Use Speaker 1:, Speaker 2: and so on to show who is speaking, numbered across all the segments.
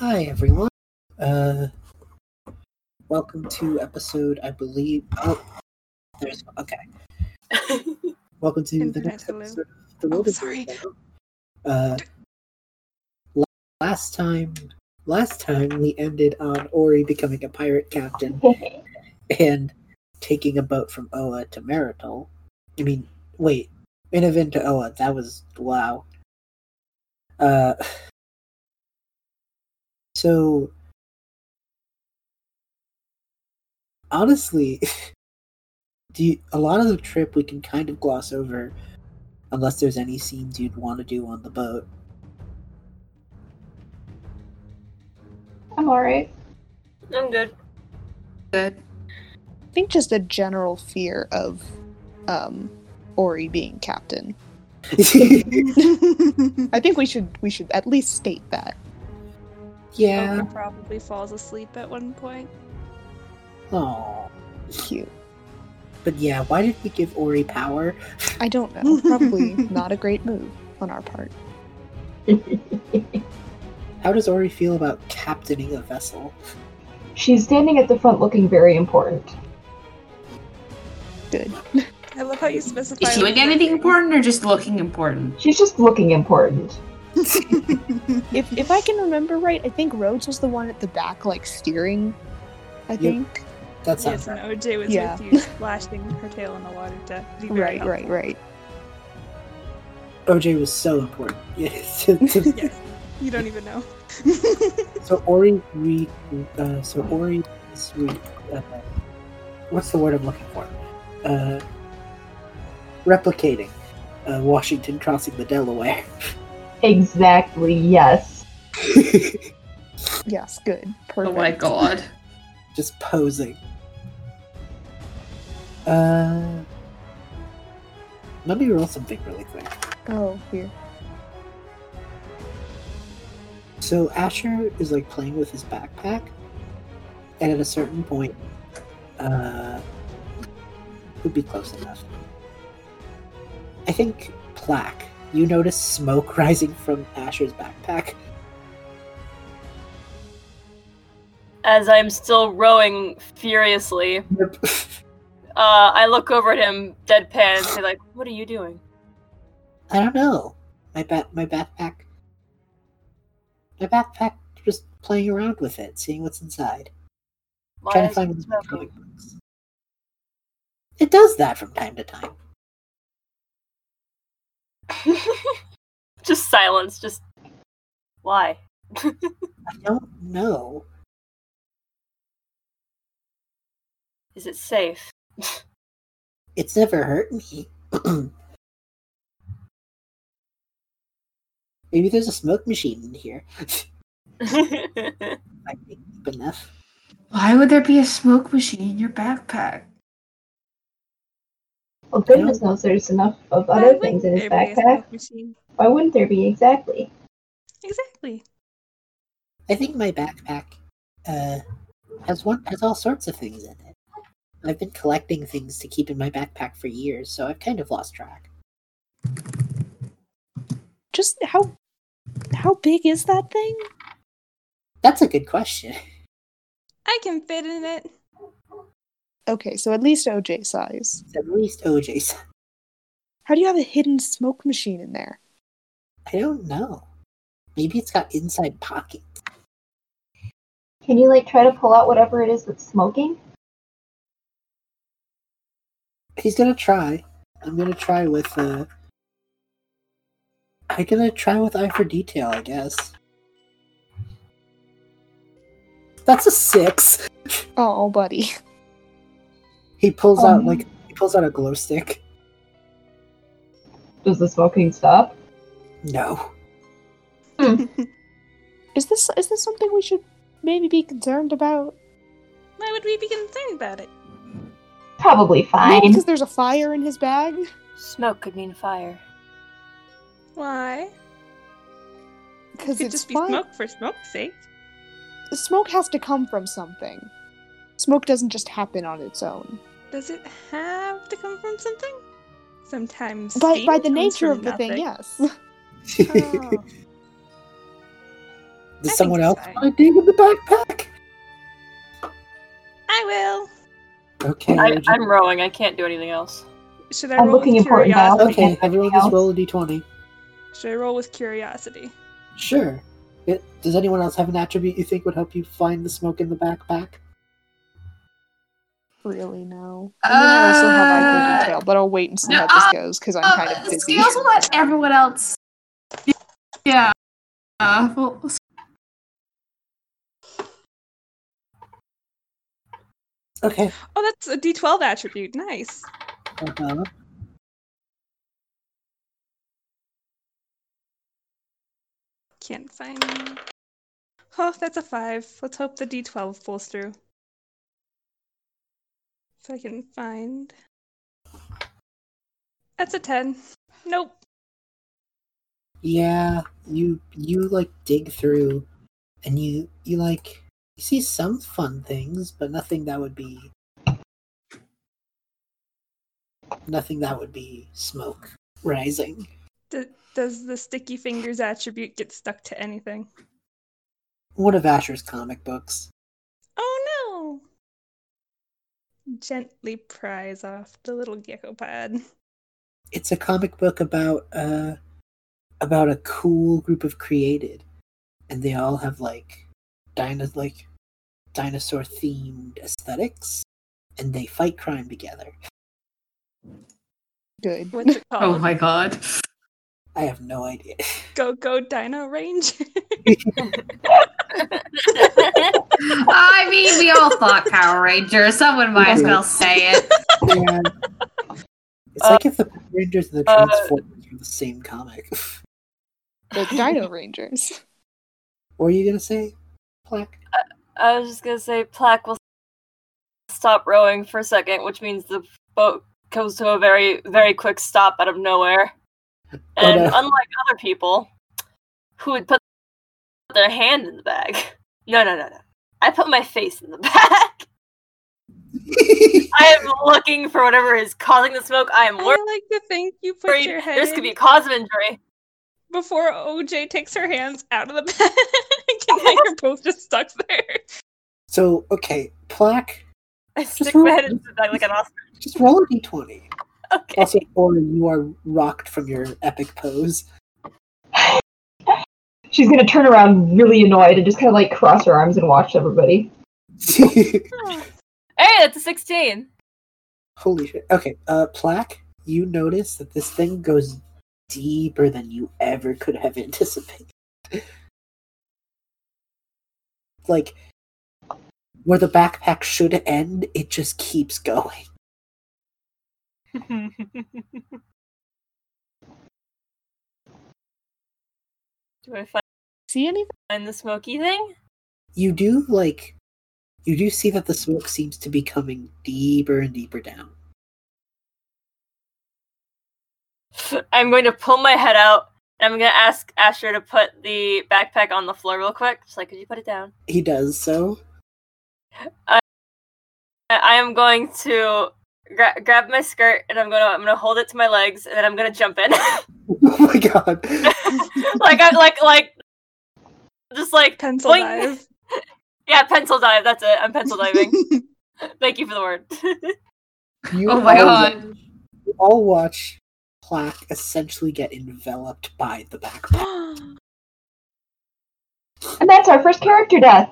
Speaker 1: everyone. Uh, welcome to episode, I believe. Oh, there's okay. Welcome to the
Speaker 2: Internet
Speaker 1: next
Speaker 2: hello.
Speaker 1: episode of the
Speaker 2: Oh,
Speaker 1: Wilderness
Speaker 2: sorry.
Speaker 1: Show. Uh, la- Uh, last time, last time we ended on Ori becoming a pirate captain and taking a boat from Oa to Marital. I mean, wait, Inavin to Oa. That was wow. Uh, so honestly, do you, a lot of the trip we can kind of gloss over, unless there's any scenes you'd want to do on the boat.
Speaker 3: I'm alright.
Speaker 4: I'm good.
Speaker 5: Good.
Speaker 2: I think just a general fear of um, Ori being captain. I think we should we should at least state that.
Speaker 1: yeah.
Speaker 6: Oka probably falls asleep at one point.
Speaker 1: Aw.
Speaker 2: Cute.
Speaker 1: Oh. But yeah, why did we give Ori power?
Speaker 2: I don't know. Probably not a great move on our part.
Speaker 1: How does Ori feel about captaining a vessel?
Speaker 3: She's standing at the front looking very important.
Speaker 2: Good.
Speaker 6: I love how you specify.
Speaker 5: Is she doing anything important or just looking important?
Speaker 3: She's just looking important.
Speaker 2: If if I can remember right, I think Rhodes was the one at the back, like steering. I think.
Speaker 1: That sounds
Speaker 6: Yes, and OJ was
Speaker 2: Yeah.
Speaker 6: with you, flashing her tail in the water to be very
Speaker 2: Right,
Speaker 6: helpful.
Speaker 2: right, right.
Speaker 1: OJ was so important. Yes. to- to-
Speaker 6: Yes, you don't even know.
Speaker 1: so Ori re uh, so Ori is re uh, what's the word I'm looking for? Uh, replicating uh, Washington crossing the Delaware.
Speaker 3: Exactly, yes.
Speaker 2: Yes, good.
Speaker 5: Oh
Speaker 2: Perfect.
Speaker 5: my god.
Speaker 1: just posing. Uh, let me roll something really quick.
Speaker 2: Oh, here.
Speaker 1: So Asher is like playing with his backpack, and at a certain point, uh, would be close enough. I think plaque. You notice smoke rising from Asher's backpack.
Speaker 4: As I'm still rowing furiously,
Speaker 1: Yep.
Speaker 4: uh, I look over at him, deadpan, and say like, "What are you doing?"
Speaker 1: I don't know. My ba- my backpack. My backpack. Just playing around with it, seeing what's inside.
Speaker 4: Why
Speaker 1: trying to
Speaker 4: is
Speaker 1: find
Speaker 4: it
Speaker 1: what's in the
Speaker 4: smoking?
Speaker 1: comic books. It does that from time to time.
Speaker 4: just silence. Just why?
Speaker 1: I don't know.
Speaker 4: Is it safe?
Speaker 1: It's never hurt me. Maybe there's a smoke machine in here.
Speaker 4: I
Speaker 1: I think deep enough.
Speaker 5: Why would there be a smoke machine in your backpack?
Speaker 3: Well, Oh, goodness knows there's enough of
Speaker 6: Why
Speaker 3: other
Speaker 6: wouldn't
Speaker 3: things in his
Speaker 6: there be a
Speaker 3: backpack.
Speaker 6: smoke machine?
Speaker 3: Why wouldn't there be exactly?
Speaker 6: Exactly.
Speaker 1: I think my backpack uh, has one has all sorts of things in it. I've been collecting things to keep in my backpack for years, so I've kind of lost track.
Speaker 2: Just how how big is that thing?
Speaker 1: That's a good question.
Speaker 6: I can fit in it.
Speaker 2: Okay, so at least OJ size.
Speaker 1: It's at least OJ's.
Speaker 2: How do you have a hidden smoke machine in there?
Speaker 1: I don't know. Maybe it's got inside pockets.
Speaker 3: Can you, like, try to pull out whatever it is that's smoking?
Speaker 1: he's gonna try. I'm gonna try with uh I'm gonna try with eye for detail, I guess. That's a six.
Speaker 2: Oh, buddy.
Speaker 1: He pulls
Speaker 3: Oh,
Speaker 1: out
Speaker 3: no.
Speaker 1: like he pulls out a glow stick.
Speaker 3: Does the smoking stop?
Speaker 1: No.
Speaker 2: Is this is this something we should maybe be concerned about?
Speaker 6: Why would we be concerned about it?
Speaker 3: Probably
Speaker 2: Maybe
Speaker 3: fine.
Speaker 2: because there's a fire in his bag.
Speaker 4: Smoke could mean fire.
Speaker 6: Why?
Speaker 2: Because
Speaker 6: Could
Speaker 2: it's
Speaker 6: just be
Speaker 2: fine.
Speaker 6: smoke for smoke's sake.
Speaker 2: Smoke? has to come from something. Smoke doesn't just happen on its own.
Speaker 6: Does it have to come from something? Sometimes.
Speaker 2: By
Speaker 6: steam
Speaker 2: by the
Speaker 6: comes
Speaker 2: nature
Speaker 6: from
Speaker 2: of the thing,
Speaker 6: nothing.
Speaker 2: yes.
Speaker 6: Oh.
Speaker 1: Does
Speaker 6: I think
Speaker 1: someone
Speaker 6: so,
Speaker 1: else
Speaker 6: sorry.
Speaker 1: want to dig in the backpack?
Speaker 6: I will.
Speaker 1: Okay.
Speaker 4: I,
Speaker 1: Reggie.
Speaker 4: I'm rowing. I can't do anything else.
Speaker 6: Should I
Speaker 3: I'm
Speaker 6: roll
Speaker 3: looking
Speaker 6: with
Speaker 3: important now.
Speaker 6: curiosity?
Speaker 1: okay, everyone just roll a d20.
Speaker 6: Should I roll with curiosity?
Speaker 1: Sure. It, does anyone else have an attribute you think would help you find the smoke in the backpack?
Speaker 2: Really, no. And then I also have
Speaker 5: Uh,
Speaker 2: eye for detail, but I'll wait and see how
Speaker 5: no,
Speaker 2: this goes because I'm kind of
Speaker 5: Uh,
Speaker 2: busy.
Speaker 5: Scales will let everyone else. Yeah. Uh, well,
Speaker 1: Okay.
Speaker 6: Oh, that's a D12 attribute. Nice.
Speaker 1: Uh-huh.
Speaker 6: Can't find. Oh, that's a five. Let's hope the D12 pulls through. If I can find. That's a 10. Nope.
Speaker 1: Yeah, you you like dig through, and you you like you see some fun things, but nothing that would be nothing that would be smoke rising.
Speaker 6: D- does the sticky fingers attribute get stuck to anything?
Speaker 1: One of Asher's comic books.
Speaker 6: Oh no! Gently prise off the little gecko pod.
Speaker 1: It's a comic book about uh about a cool group of created, and they all have like dino like dinosaur themed aesthetics, and they fight crime together.
Speaker 2: Good.
Speaker 6: What's it called?
Speaker 5: oh my god.
Speaker 1: I have no idea.
Speaker 6: Go go Dino Ranger.
Speaker 5: I mean, we all thought Power Rangers. Someone might as well say it.
Speaker 1: Yeah. It's
Speaker 4: Uh,
Speaker 1: like if the Power Rangers and the
Speaker 4: uh,
Speaker 1: Transformers were the same comic.
Speaker 2: The Dino Rangers.
Speaker 1: what were you gonna say, Plaque?
Speaker 4: I was just gonna say, Plaque will stop rowing for a second, which means the boat comes to a very, very quick stop out of nowhere. And
Speaker 1: no.
Speaker 4: unlike other people who would put their hand in the bag, no, no, no, no. I put my face in the bag. I am looking for whatever is causing the smoke. I am
Speaker 6: I like to think you put
Speaker 4: worried
Speaker 6: your head
Speaker 4: this
Speaker 6: in
Speaker 4: could be a cause of injury.
Speaker 6: before OJ takes her hands out of the bag. and now you're both just stuck there.
Speaker 1: so okay, Plaque,
Speaker 4: I stick
Speaker 1: roll-
Speaker 4: my head in the bag like an Oscar.
Speaker 1: just roll a d twenty.
Speaker 4: Okay.
Speaker 1: Also, or you are rocked from your epic pose.
Speaker 3: She's gonna turn around really annoyed and just kind of like cross her arms and watch everybody.
Speaker 6: Oh,
Speaker 4: Hey, that's a 16.
Speaker 1: Holy shit. Okay, uh, Plaque, you notice that this thing goes deeper than you ever could have anticipated. like, where the backpack should end, it just keeps going.
Speaker 4: Do I find,
Speaker 2: See anything?
Speaker 4: find the smoky thing?
Speaker 1: You do, like, you do see that the smoke seems to be coming deeper and deeper down.
Speaker 4: I'm going to pull my head out. And I'm gonna ask Asher to put the backpack on the floor real quick. Just like, could you put it down?
Speaker 1: He does so.
Speaker 4: I- I am going to gra- grab my skirt and I'm gonna I'm gonna hold it to my legs and then I'm gonna jump in.
Speaker 1: Oh my god.
Speaker 4: like I like like just like
Speaker 6: Pencil
Speaker 4: boing.
Speaker 6: dive.
Speaker 4: Yeah, pencil dive. That's it. I'm pencil diving. Thank you for the word.
Speaker 1: You
Speaker 5: Oh my
Speaker 1: all-
Speaker 5: god.
Speaker 1: you all watch Plaque essentially get enveloped by the backpack.
Speaker 3: And that's our first character death.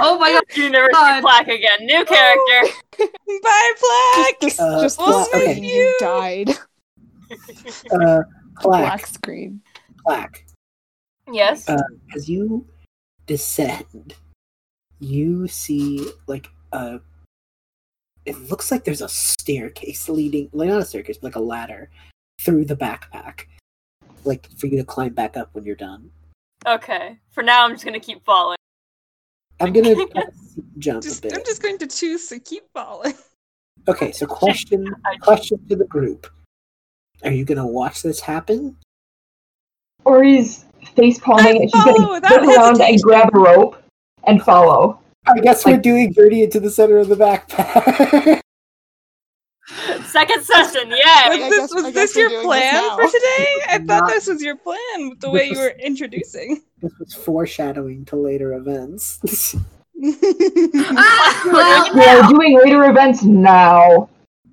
Speaker 5: Oh my god.
Speaker 4: University
Speaker 5: God. Oh.
Speaker 4: plaque again. New character.
Speaker 6: Bye, Black!
Speaker 2: Just,
Speaker 1: Uh,
Speaker 2: just
Speaker 1: well,
Speaker 2: the screen
Speaker 6: okay.
Speaker 2: you died.
Speaker 1: Uh, Plaque,
Speaker 2: Black screen.
Speaker 1: Plaque,
Speaker 4: Yes.
Speaker 1: Uh, as you descend, you see like a. It looks like there's a staircase leading, like not a staircase, but like a ladder through the backpack, like for you to climb back up when you're done.
Speaker 4: Okay. For now, I'm just gonna keep falling.
Speaker 1: I'm gonna uh, jump
Speaker 6: Just,
Speaker 1: a
Speaker 6: I'm
Speaker 1: bit.
Speaker 6: just going to choose to keep falling.
Speaker 1: Okay, so question question to the group: Are you gonna watch this happen?
Speaker 3: Ori's face palming and she's
Speaker 6: follow
Speaker 3: gonna
Speaker 6: without
Speaker 3: get around and grab a rope and follow.
Speaker 1: I guess we're doing journey into the center of the backpack.
Speaker 4: Second session, yay!
Speaker 2: Like, I
Speaker 6: this,
Speaker 2: guess- I
Speaker 6: was
Speaker 2: guess
Speaker 6: this
Speaker 2: we're
Speaker 6: your
Speaker 2: doing this
Speaker 6: plan
Speaker 2: now.
Speaker 6: for today? I thought
Speaker 1: Not-
Speaker 6: this was your plan with the way you were introducing.
Speaker 1: This was foreshadowing to later events.
Speaker 5: Ah,
Speaker 6: Oh,
Speaker 5: well,
Speaker 3: We are doing later events now.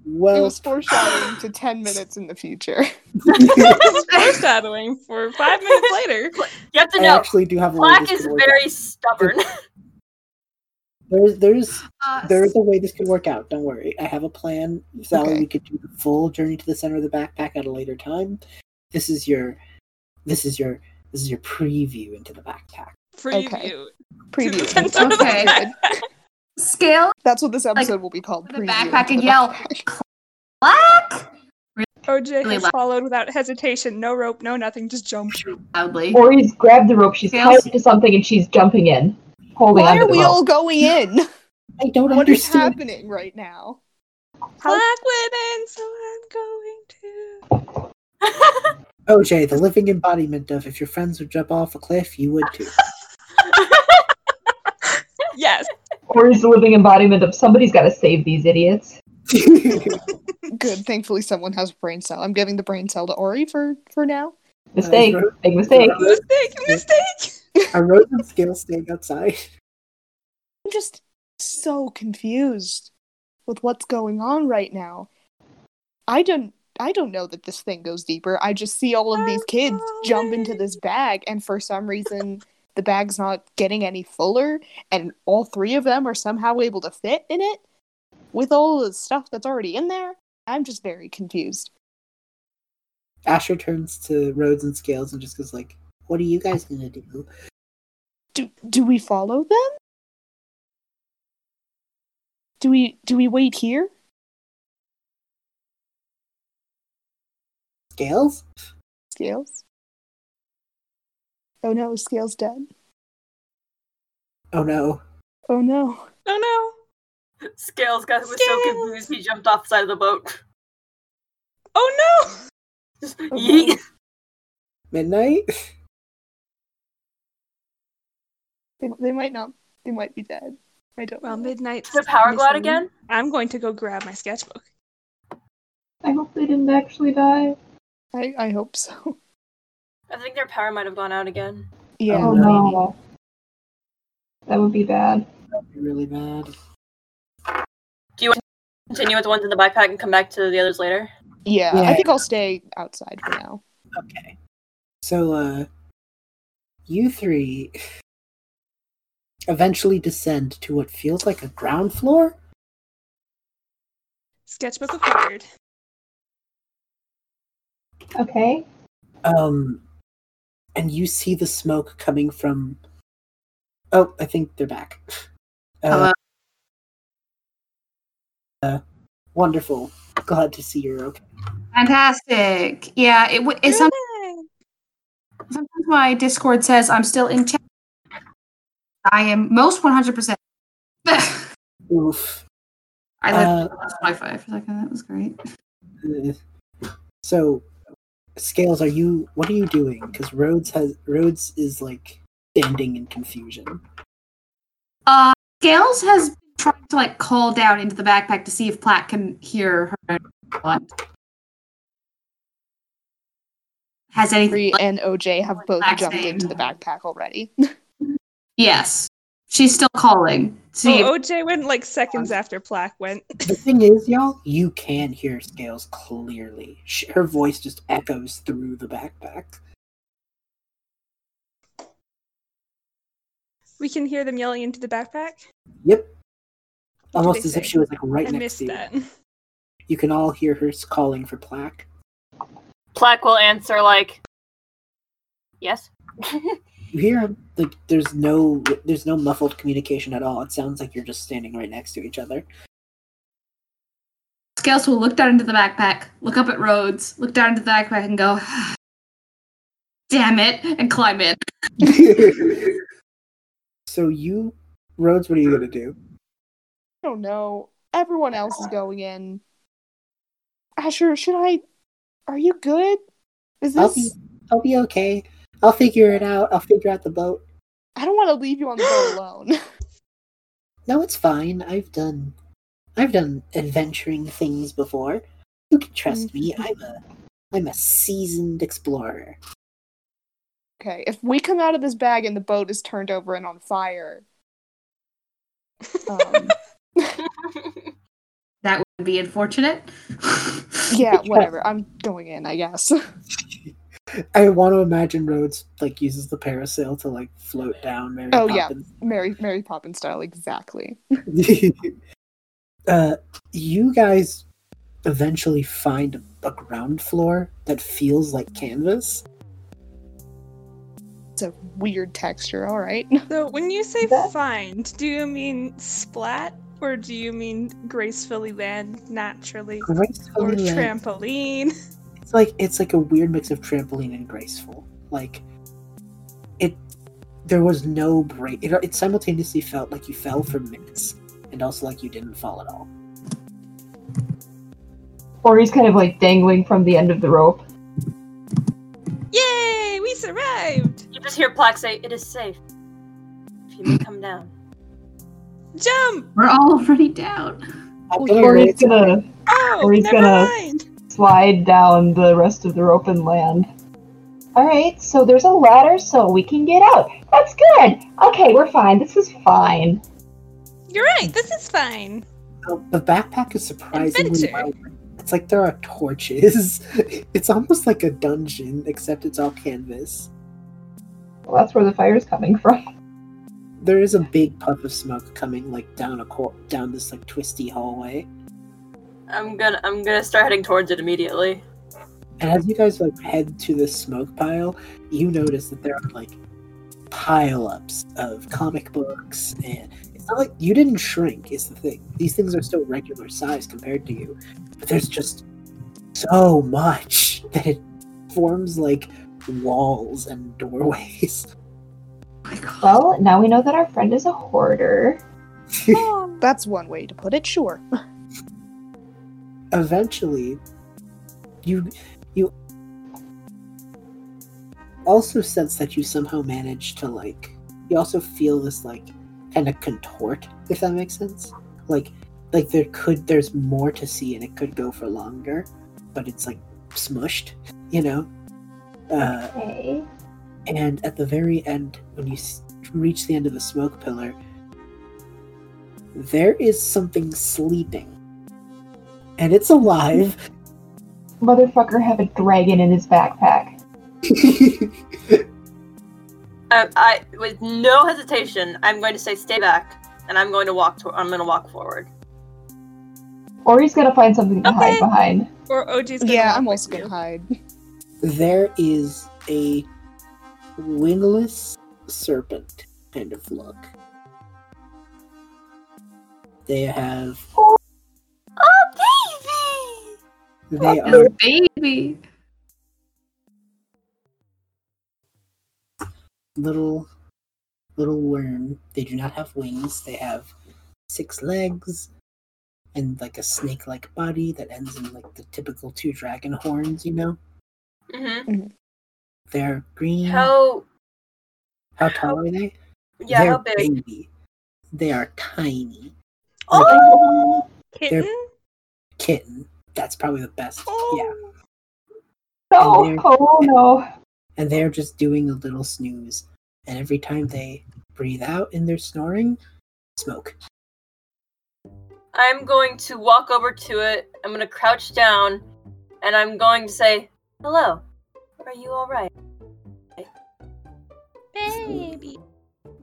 Speaker 2: It
Speaker 1: well,
Speaker 2: was foreshadowing to 10 minutes in the future.
Speaker 6: This is foreshadowing for five minutes later.
Speaker 4: You have to
Speaker 1: I
Speaker 4: know,
Speaker 1: actually do have a way
Speaker 4: Black
Speaker 1: this
Speaker 4: is
Speaker 1: could work
Speaker 4: very stubborn.
Speaker 1: out. There's, there's,
Speaker 5: uh,
Speaker 1: there's a way this could work out. Don't worry. I have a plan. Sally,
Speaker 2: Okay.
Speaker 1: we could do the full journey to the center of the backpack at a later time. This is your, this is your, this is your preview into the backpack.
Speaker 6: Preview.
Speaker 2: Preview.
Speaker 6: center
Speaker 5: of the Okay. scale
Speaker 2: That's what this episode will be called.
Speaker 5: the
Speaker 2: preview
Speaker 5: backpack
Speaker 2: into
Speaker 5: and
Speaker 2: the
Speaker 5: yell, "Clack!"
Speaker 6: OJ
Speaker 5: Really
Speaker 6: has
Speaker 5: loud.
Speaker 6: followed without hesitation. No rope, no nothing, just jump.
Speaker 5: loudly.
Speaker 3: Ori's grabbed the rope. She's
Speaker 5: Yes.
Speaker 3: tied to something and she's jumping in,
Speaker 2: backpack.
Speaker 3: holding
Speaker 2: Why
Speaker 3: onto
Speaker 2: are
Speaker 3: the
Speaker 2: we
Speaker 3: rope.
Speaker 2: all going in?
Speaker 1: I don't
Speaker 2: What is
Speaker 1: understand.
Speaker 2: happening right now?
Speaker 6: Black women, so I'm going to.
Speaker 1: OJ, the living embodiment of if your friends would jump off a cliff, you would too.
Speaker 6: Yes.
Speaker 3: Ori's the living embodiment of somebody's got to save these idiots.
Speaker 2: Good. Thankfully, someone has a brain cell. I'm giving the brain cell to Ori for for now.
Speaker 3: Mistake,
Speaker 1: Uh, is
Speaker 3: big mistake.
Speaker 6: Mistake, mistake.
Speaker 1: Are Rose and Scale staying outside?
Speaker 2: I'm just so confused with what's going on right now. I don't. I don't know that this thing goes deeper. I just see all of these kids jump into this bag, and for some reason, the bag's not getting any fuller, and all three of them are somehow able to fit in it with all the stuff that's already in there. I'm just very confused.
Speaker 1: Asher turns to Rhodes and Scales and just goes like, "What are you guys gonna do?"
Speaker 2: do do we follow them do we do we wait here
Speaker 1: Scales?
Speaker 2: scales oh no scales dead
Speaker 1: Oh no!
Speaker 2: oh no
Speaker 6: Oh no.
Speaker 4: Scales got was so
Speaker 6: Scales.
Speaker 4: confused he jumped off the side of the boat.
Speaker 6: Oh no.
Speaker 4: Just
Speaker 2: no.
Speaker 4: yeet.
Speaker 1: Midnight?
Speaker 2: they, they might not they might be dead i don't
Speaker 6: Well,
Speaker 2: know
Speaker 6: midnight.
Speaker 4: The power glide again?
Speaker 6: I'm going to go grab my sketchbook.
Speaker 3: I hope they didn't actually die.
Speaker 2: I, I hope so
Speaker 4: I think their power might have gone out again.
Speaker 2: yeah
Speaker 1: Oh,
Speaker 3: oh
Speaker 1: no.
Speaker 3: no. That would be bad.
Speaker 1: That'd be really bad.
Speaker 4: Do you want to continue with the ones in the backpack and come back to the others later?
Speaker 2: yeah, i
Speaker 1: Yeah.
Speaker 2: think i'll stay outside for now
Speaker 1: Okay. So, uh, you three eventually descend to what feels like a ground floor.
Speaker 6: Sketchbook acquired.
Speaker 3: Okay.
Speaker 1: Um, and you see the smoke coming from. Oh, I think they're back. Uh, uh, wonderful. Glad to see you're okay.
Speaker 5: Fantastic. Yeah, it, w- it's some-
Speaker 6: Oh,
Speaker 5: sometimes my Discord says I'm still in chat. I am most 100%. I
Speaker 1: Oof.
Speaker 5: left
Speaker 1: Uh,
Speaker 5: Wi Fi for a second. That was great.
Speaker 1: uh, so, scales, are you? What are you doing? Because Rhodes has Rhodes is like standing in confusion.
Speaker 5: Uh, Gales has been trying to like call down into the backpack to see if Platt can hear her. own response. Has anything?
Speaker 2: Bree and oj have both jumped into the backpack already
Speaker 5: Yes, she's still calling. See, if-
Speaker 6: Oh, OJ went like seconds after Plaque went.
Speaker 1: The thing is, y'all, you can hear scales clearly. Sh her voice just echoes through the backpack.
Speaker 6: We can hear them yelling into the backpack.
Speaker 1: Yep.
Speaker 6: What do
Speaker 1: Almost
Speaker 6: they
Speaker 1: as if
Speaker 6: say?
Speaker 1: she was like right
Speaker 6: I
Speaker 1: next
Speaker 6: missed
Speaker 1: to you.
Speaker 6: that.
Speaker 1: You can all hear her s- calling for plaque.
Speaker 4: Plaque will answer like, yes.
Speaker 1: You hear him? Like there's no there's no muffled communication at all. It sounds like you're just standing right next to each other.
Speaker 5: Scales will look down into the backpack, look up at Rhodes, look down into the backpack, and go, "Damn it!" and climb in.
Speaker 1: so you, Rhodes, what are you gonna do?
Speaker 2: I don't know. Oh, Everyone else is going in. Asher, should I? Are you good? Is
Speaker 1: I'll be
Speaker 2: this?
Speaker 1: I'll be okay. I'll figure it out. I'll figure out the boat.
Speaker 2: I don't want to leave you on the boat alone.
Speaker 1: No, it's fine. I've done I've done adventuring things before. You can trust me. I'm a I'm a seasoned explorer.
Speaker 2: Okay, if we come out of this bag and the boat is turned over and on fire, um,
Speaker 5: That would be unfortunate.
Speaker 2: yeah, whatever. I'm going in, I guess.
Speaker 1: I want to imagine Rhodes like uses the parasail to like float down Mary
Speaker 2: Oh, yeah.
Speaker 1: Poppins.
Speaker 2: Mary Mary Poppins style, exactly.
Speaker 1: uh, you guys eventually find a ground floor that feels like canvas.
Speaker 2: It's a weird texture. All right.
Speaker 6: So when you say
Speaker 3: That-
Speaker 6: find, do you mean splat or do you mean gracefully land naturally? Or
Speaker 1: Gracefully land-
Speaker 6: trampoline?
Speaker 1: it's like it's like a weird mix of trampoline and graceful. Like it, there was no break. It, it simultaneously felt like you fell for minutes, and also like you didn't fall at all.
Speaker 3: Or he's kind of like dangling from the end of the rope.
Speaker 6: Yay! We survived!
Speaker 4: You just hear Plaque say, "It is safe. If you may come down."
Speaker 6: Jump!
Speaker 5: We're all already down.
Speaker 1: I'm gonna
Speaker 3: Or
Speaker 1: roll-
Speaker 3: he's gonna
Speaker 6: Oh,
Speaker 3: Or he's
Speaker 6: never
Speaker 3: gonna-
Speaker 6: mind.
Speaker 3: slide down the rest of the rope and land. Alright, so there's a ladder so we can get out. That's good! Okay, we're fine. This is fine.
Speaker 6: You're right. This is fine.
Speaker 1: Oh, the backpack is surprisingly
Speaker 6: Adventure.
Speaker 1: wide. It's like there are torches. It's almost like a dungeon, except it's all canvas.
Speaker 3: Well, that's where the fire's coming from.
Speaker 1: There is a big puff of smoke coming like down a cor- down this like twisty hallway.
Speaker 4: I'm gonna I'm gonna start heading towards it immediately.
Speaker 1: And as you guys like head to the smoke pile, you notice that there are like pile-ups of comic books and it's not like you didn't shrink is the thing. These things are still regular size compared to you. But there's just so much that it forms like walls and doorways.
Speaker 5: Oh my God.
Speaker 3: Well, now we know that our friend is a hoarder.
Speaker 6: Oh,
Speaker 2: That's one way to put it. Sure.
Speaker 1: Eventually you you also sense that you somehow manage to like you also feel this like kind of contort if that makes sense like like there could there's more to see and it could go for longer but it's like smushed you know uh,
Speaker 3: Okay.
Speaker 1: and at the very end when you s- reach the end of the smoke pillar there is something sleeping and it's alive
Speaker 3: Motherfucker have a dragon in his backpack.
Speaker 4: I, I with no hesitation, I'm going to say, "Stay back," and I'm going to walk. To, I'm gonna walk forward.
Speaker 3: Or he's gonna find something to
Speaker 6: Okay.
Speaker 3: hide behind.
Speaker 6: Or OG's gonna
Speaker 2: Yeah,
Speaker 6: walk
Speaker 2: I'm
Speaker 6: with
Speaker 2: also gonna
Speaker 6: you.
Speaker 2: hide.
Speaker 1: there is a wingless serpent kind of look. They have.
Speaker 4: Oh,
Speaker 1: They are.
Speaker 5: This baby.
Speaker 1: little little worm. They do not have wings. They have six legs and like a snake-like body that ends in like the typical two dragon horns. You know,
Speaker 4: baby. Mm-hmm.
Speaker 1: they're green.
Speaker 4: How?
Speaker 1: How tall are they?
Speaker 4: Yeah,
Speaker 1: They're
Speaker 4: how big?
Speaker 1: baby. They are tiny. Like a
Speaker 4: Oh,
Speaker 6: Kitten?
Speaker 1: kitten. That's probably the best. Yeah.
Speaker 6: Oh.
Speaker 1: And
Speaker 3: No,
Speaker 1: there-
Speaker 3: oh no.
Speaker 1: and they're just doing a little snooze. And every time they breathe out in their snoring, smoke.
Speaker 4: I'm going to walk over to it. I'm gonna crouch down, and I'm going to say, "Hello. Are you all right?"
Speaker 6: Baby.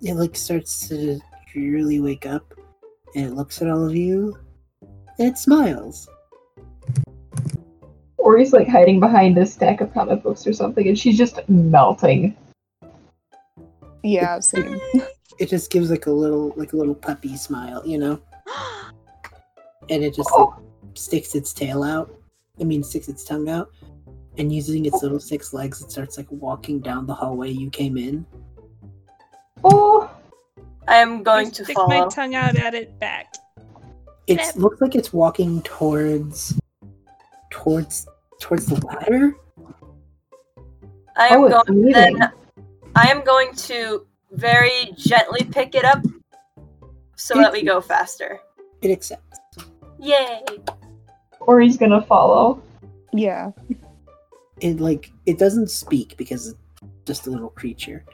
Speaker 1: It like starts to really wake up, and it looks at all of you, and it smiles.
Speaker 3: Or he's like hiding behind a stack of comic books or something and she's just melting.
Speaker 2: Yeah, same.
Speaker 1: It just gives like a little like a little puppy smile, you know, and it just like,
Speaker 3: Oh,
Speaker 1: sticks its tail out. I mean, sticks its tongue out, and using its little six legs, it starts like walking down the hallway you came in.
Speaker 3: oh.
Speaker 4: I am
Speaker 6: I
Speaker 4: going to
Speaker 6: stick
Speaker 4: follow.
Speaker 6: my tongue out at it back.
Speaker 1: It
Speaker 6: Flip.
Speaker 1: looks like it's walking towards towards towards the ladder.
Speaker 4: I am
Speaker 3: Oh, it's
Speaker 4: going.
Speaker 3: leaving.
Speaker 4: Then I am going to very gently pick it up, so that we go faster.
Speaker 1: It accepts.
Speaker 4: Yay!
Speaker 3: or he's gonna follow.
Speaker 2: Yeah.
Speaker 1: It like it doesn't speak because it's just a little creature,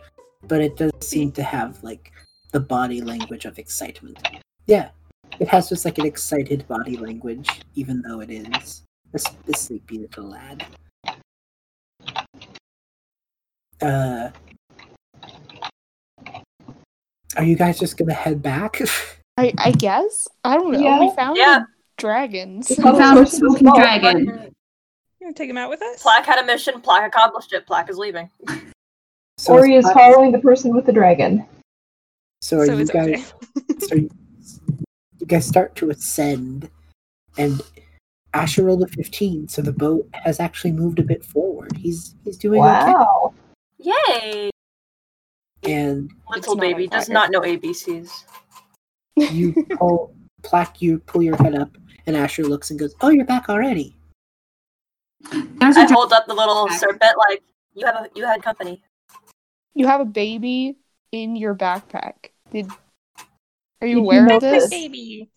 Speaker 1: but it does seem to have like the body language of excitement. Yeah, it has just like an excited body language, even though it is a, s- a sleepy little lad. Uh, are you guys just gonna head back?
Speaker 2: I I guess I don't know. We
Speaker 3: Yeah.
Speaker 2: found
Speaker 4: Yeah.
Speaker 2: dragons.
Speaker 3: We
Speaker 5: We found a
Speaker 3: Versus
Speaker 5: smoking
Speaker 3: both.
Speaker 5: dragon.
Speaker 6: You gonna take him out with us?
Speaker 4: Plaque had a mission. Plaque accomplished it. Plaque is leaving.
Speaker 1: So
Speaker 3: Or he is
Speaker 1: Pla-
Speaker 3: following the person with the dragon.
Speaker 1: So are
Speaker 6: so
Speaker 1: you
Speaker 6: it's
Speaker 1: guys?
Speaker 6: okay.
Speaker 1: so you, you guys start to ascend, and Asher rolled a fifteen, so the boat has actually moved a bit forward. He's he's doing
Speaker 3: Wow.
Speaker 4: Yay!
Speaker 1: okay, and
Speaker 2: It's
Speaker 4: Little
Speaker 2: not
Speaker 4: baby
Speaker 2: on
Speaker 4: does
Speaker 2: fire.
Speaker 4: not know ABCs.
Speaker 1: you pull plaque, you pull your head up, and Asher looks and goes, "Oh, you're back already."
Speaker 5: There's
Speaker 4: I
Speaker 5: a dra-
Speaker 4: hold up the little
Speaker 5: Back.
Speaker 4: serpent like you have a, you had company.
Speaker 2: You have a baby in your backpack. Did are
Speaker 3: Did
Speaker 2: you
Speaker 3: you
Speaker 2: aware of
Speaker 3: notice?
Speaker 2: this?
Speaker 6: Baby.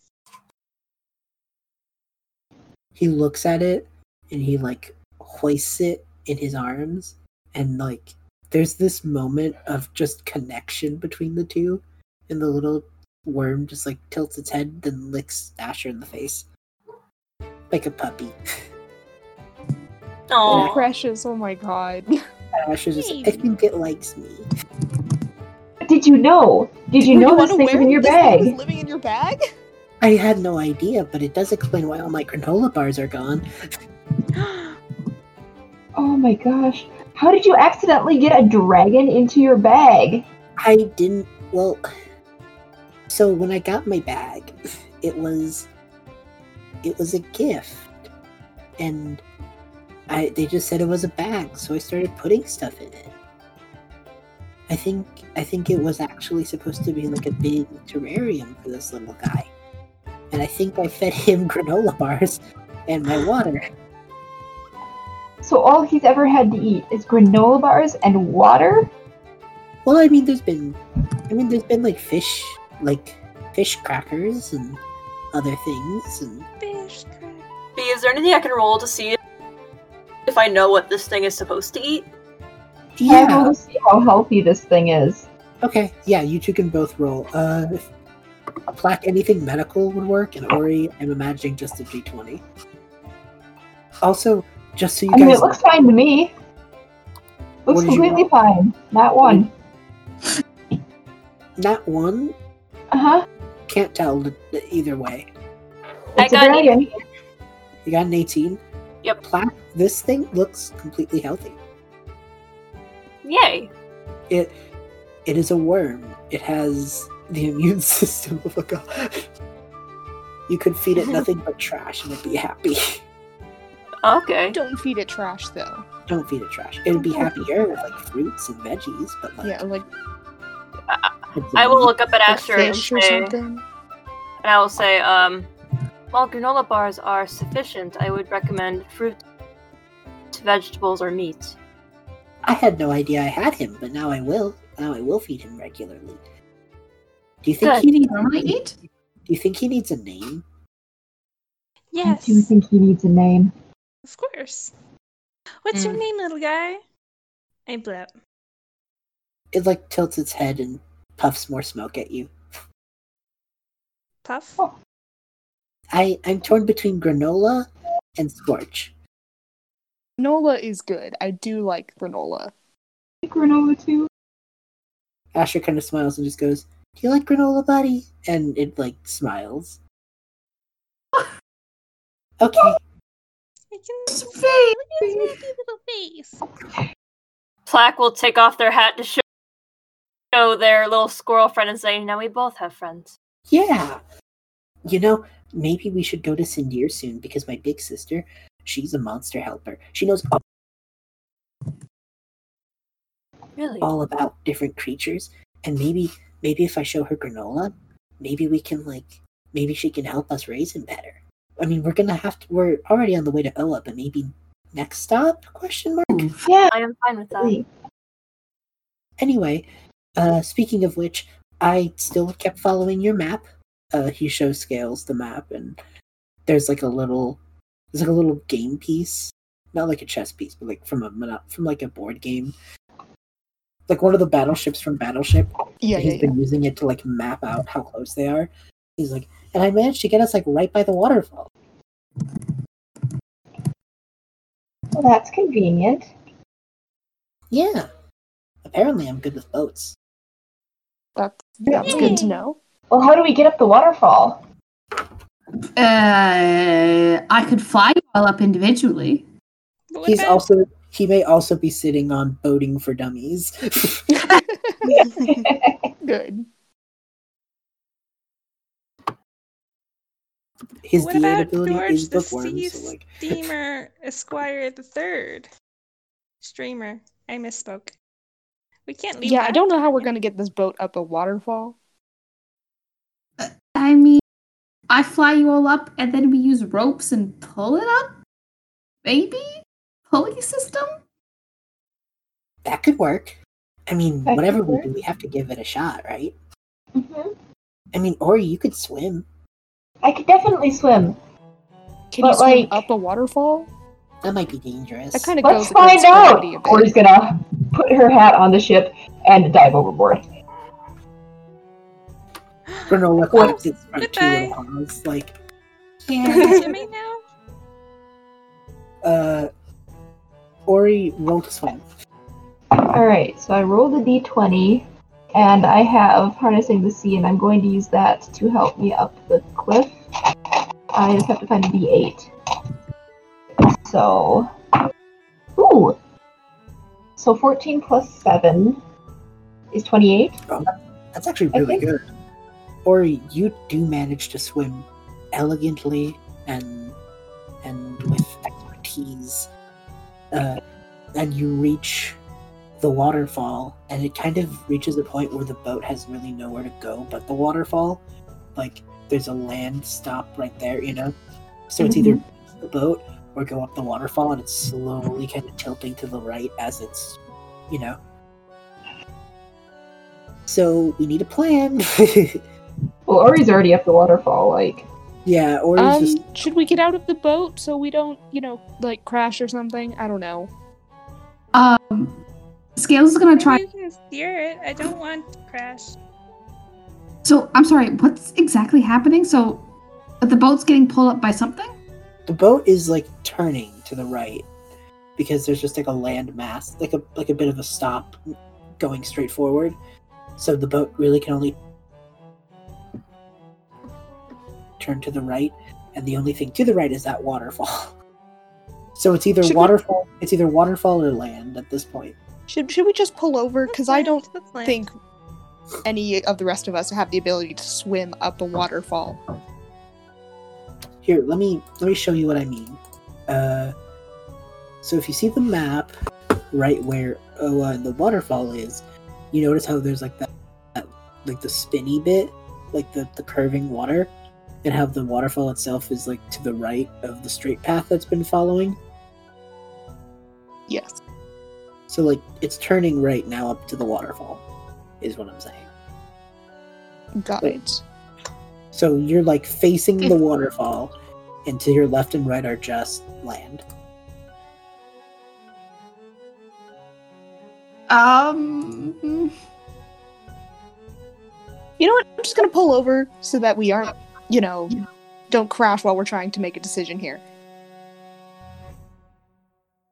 Speaker 1: He looks at it and he like hoists it in his arms, and like there's this moment of just connection between the two, and the little worm just like tilts its head, then licks Asher in the face like a puppy.
Speaker 2: Oh,
Speaker 4: Oh,
Speaker 2: precious! Oh my god.
Speaker 1: Asher's just like, I think it likes me.
Speaker 3: Did you know? Did you
Speaker 2: Were
Speaker 3: know this thing was
Speaker 2: unaware
Speaker 3: in your
Speaker 2: this thing was
Speaker 3: bag?
Speaker 2: living in your bag?
Speaker 1: I had no idea, but it does explain why all my granola bars are gone.
Speaker 3: Oh my gosh. How did you accidentally get a dragon into your bag?
Speaker 1: I didn't. Well, so when I got my bag, it was it was a gift, and I they just said it was a bag, so I started putting stuff in it. I think I think it was actually supposed to be like a big terrarium for this little guy, and I think I fed him granola bars and my water.
Speaker 3: So all he's ever had to eat is granola bars and water?
Speaker 1: Well, I mean, there's been, I mean, there's been like fish, like fish crackers and other things, and
Speaker 6: Fish crack.
Speaker 4: B, is there anything I can roll to see if I know what this thing is supposed to eat?
Speaker 3: I want to see how healthy this thing is.
Speaker 1: Okay. Yeah, you two can both roll. Uh, if a plaque, anything medical would work, and Ori, I'm imagining just a d20. Also, just so you
Speaker 3: I mean,
Speaker 1: guys,
Speaker 3: it looks fine to me.
Speaker 1: What
Speaker 3: Looks
Speaker 1: did you
Speaker 3: completely
Speaker 1: roll?
Speaker 3: fine. Not one.
Speaker 1: that one
Speaker 3: Uh huh.
Speaker 1: can't tell th- th- either way.
Speaker 4: I
Speaker 3: It's a
Speaker 4: got it.
Speaker 3: dragon.
Speaker 1: You got an 18.
Speaker 4: Yep.
Speaker 1: Plaque, this thing looks completely healthy.
Speaker 4: Yay!
Speaker 1: It, it is a worm. It has the immune system of a god. You could feed it nothing but trash, and it'd be happy.
Speaker 4: Okay.
Speaker 2: Don't feed it trash though.
Speaker 1: Don't feed it trash. It would be happier with like fruits and veggies, but like
Speaker 2: Yeah, like,
Speaker 4: I will look up at
Speaker 2: like
Speaker 4: Asher and
Speaker 2: fish or
Speaker 4: say, and
Speaker 2: something.
Speaker 4: I will say, um, while granola bars are sufficient, I would recommend fruit, vegetables, or meat.
Speaker 1: I had no idea I had him, but now I will. Now I will feed him regularly. Do you think
Speaker 4: Good.
Speaker 1: he needs
Speaker 5: Normally
Speaker 1: a name?
Speaker 5: eat?
Speaker 1: Do you think he needs a name?
Speaker 3: I do
Speaker 6: Yes,
Speaker 3: think he needs a name.
Speaker 6: of course. What's your
Speaker 5: Mm.
Speaker 6: name, little guy? I blip.
Speaker 1: It like tilts its head and puffs more smoke at you.
Speaker 6: Puff.
Speaker 3: Oh.
Speaker 1: I I'm torn between granola and scorch.
Speaker 2: Granola is good. I do like granola.
Speaker 3: Granola too.
Speaker 1: Asher kind of smiles and just goes, "Do you like granola, buddy?" And it like smiles. Okay,
Speaker 6: I can
Speaker 5: It's
Speaker 6: look
Speaker 5: very-
Speaker 6: at his happy little face.
Speaker 4: Plaque will take off their hat to show, show their little squirrel friend and say, now we both have friends.
Speaker 1: yeah. You know, maybe we should go to Sindir soon because my big sister, she's a monster helper. She knows
Speaker 4: Really?
Speaker 1: all about different creatures and maybe maybe if i show her granola maybe we can like maybe she can help us raise him better i mean we're gonna have to we're already on the way to oa but maybe next stop question mark
Speaker 3: Yeah.
Speaker 4: I am fine with that.
Speaker 3: really.
Speaker 1: anyway uh speaking of which i still kept following your map uh he shows scales the map and there's like a little It's like a little game piece, not like a chess piece, but like from a mono- from like a board game, like one of the battleships from Battleship.
Speaker 2: Yeah,
Speaker 1: He's
Speaker 2: yeah, yeah.
Speaker 1: been using it to like map out how close they are. He's like, and I managed to get us like right by the waterfall.
Speaker 3: Well, that's convenient.
Speaker 1: Yeah. Apparently, I'm good with boats.
Speaker 2: That's, that's good to know.
Speaker 3: Well, how do we get up the waterfall?
Speaker 5: Uh, I could fly you all up individually.
Speaker 6: But what
Speaker 1: He's
Speaker 6: about-
Speaker 1: also he may also be sitting on boating for dummies.
Speaker 2: Good.
Speaker 1: His
Speaker 6: What
Speaker 1: D8
Speaker 6: about
Speaker 1: ability
Speaker 6: George
Speaker 1: is
Speaker 6: the
Speaker 1: bookworm, so
Speaker 6: Sea
Speaker 1: like
Speaker 6: Steamer Esquire the Third. Streamer. I misspoke. We can't leave.
Speaker 2: Yeah, I
Speaker 6: that.
Speaker 2: don't know how we're gonna get this boat up a waterfall.
Speaker 5: I mean, I fly you all up and then we use ropes and pull it up? Maybe? Pulley system?
Speaker 1: that could work. I mean,
Speaker 3: That
Speaker 1: whatever
Speaker 3: could
Speaker 1: we
Speaker 3: work.
Speaker 1: do, we have to give it a shot, right?
Speaker 3: hmm
Speaker 1: I mean, or you could swim.
Speaker 3: I could definitely swim.
Speaker 2: Can you
Speaker 3: But,
Speaker 2: swim
Speaker 3: like-
Speaker 2: up a waterfall?
Speaker 1: That might be dangerous.
Speaker 2: That kind of
Speaker 3: Let's
Speaker 2: goes
Speaker 3: find
Speaker 2: against
Speaker 3: out.
Speaker 2: gravity a bit.
Speaker 3: Corey's gonna put her hat on the ship and dive overboard.
Speaker 1: Granola claps its front two
Speaker 6: goodbye.
Speaker 1: little paws, like,
Speaker 6: Is it
Speaker 1: yeah.
Speaker 6: Jimmy now?
Speaker 1: uh, Ori roll to swim.
Speaker 3: All right, so I rolled a d20, and I have harnessing the sea, and I'm going to use that to help me up the cliff. I just have to find a d8. So, ooh, so 14 plus seven is 28.
Speaker 1: That's actually
Speaker 3: I
Speaker 1: really
Speaker 3: think-
Speaker 1: good. Ori, you do manage to swim elegantly and and with expertise, uh, and you reach the waterfall, and it kind of reaches a point where the boat has really nowhere to go but the waterfall. Like there's a land stop right there, you know. So it's either the boat or go up the waterfall, and it's slowly kind of tilting to the right as it's, you know. So we need a plan.
Speaker 3: Well, Ori's already up the waterfall. Like,
Speaker 1: yeah, or it's
Speaker 2: Um,
Speaker 1: just
Speaker 2: should we get out of the boat so we don't, you know, like crash or something? I don't know.
Speaker 5: Um, Scales is gonna try.
Speaker 6: Maybe You can steer it. I don't want to crash.
Speaker 5: So, I'm sorry, what's exactly happening? So, the boat's getting pulled up by something?
Speaker 1: the boat is like turning to the right because there's just like a land mass, like a like a bit of a stop going straight forward. So the boat really can only turn to the right, and the only thing to the right is that waterfall. So it's either
Speaker 2: Should we-
Speaker 1: waterfall, it's either waterfall or land at this point.
Speaker 2: Should should we just pull over? Because I don't
Speaker 6: Let's land.
Speaker 2: think any of the rest of us have the ability to swim up a waterfall.
Speaker 1: here let me let me show you what i mean uh so if you see the map right where oa and the waterfall is you notice how there's like that, that like the spinny bit like the the curving water and how the waterfall itself is like to the right of the straight path that's been following
Speaker 2: Yes.
Speaker 1: so like it's turning right now up to the waterfall is what i'm saying
Speaker 2: Got it.
Speaker 1: so you're like facing the
Speaker 5: If-
Speaker 1: waterfall and to your left and right are just land
Speaker 5: Um,
Speaker 2: You know what? I'm just gonna pull over so that we aren't, you know, don't crash while we're trying to make a decision here.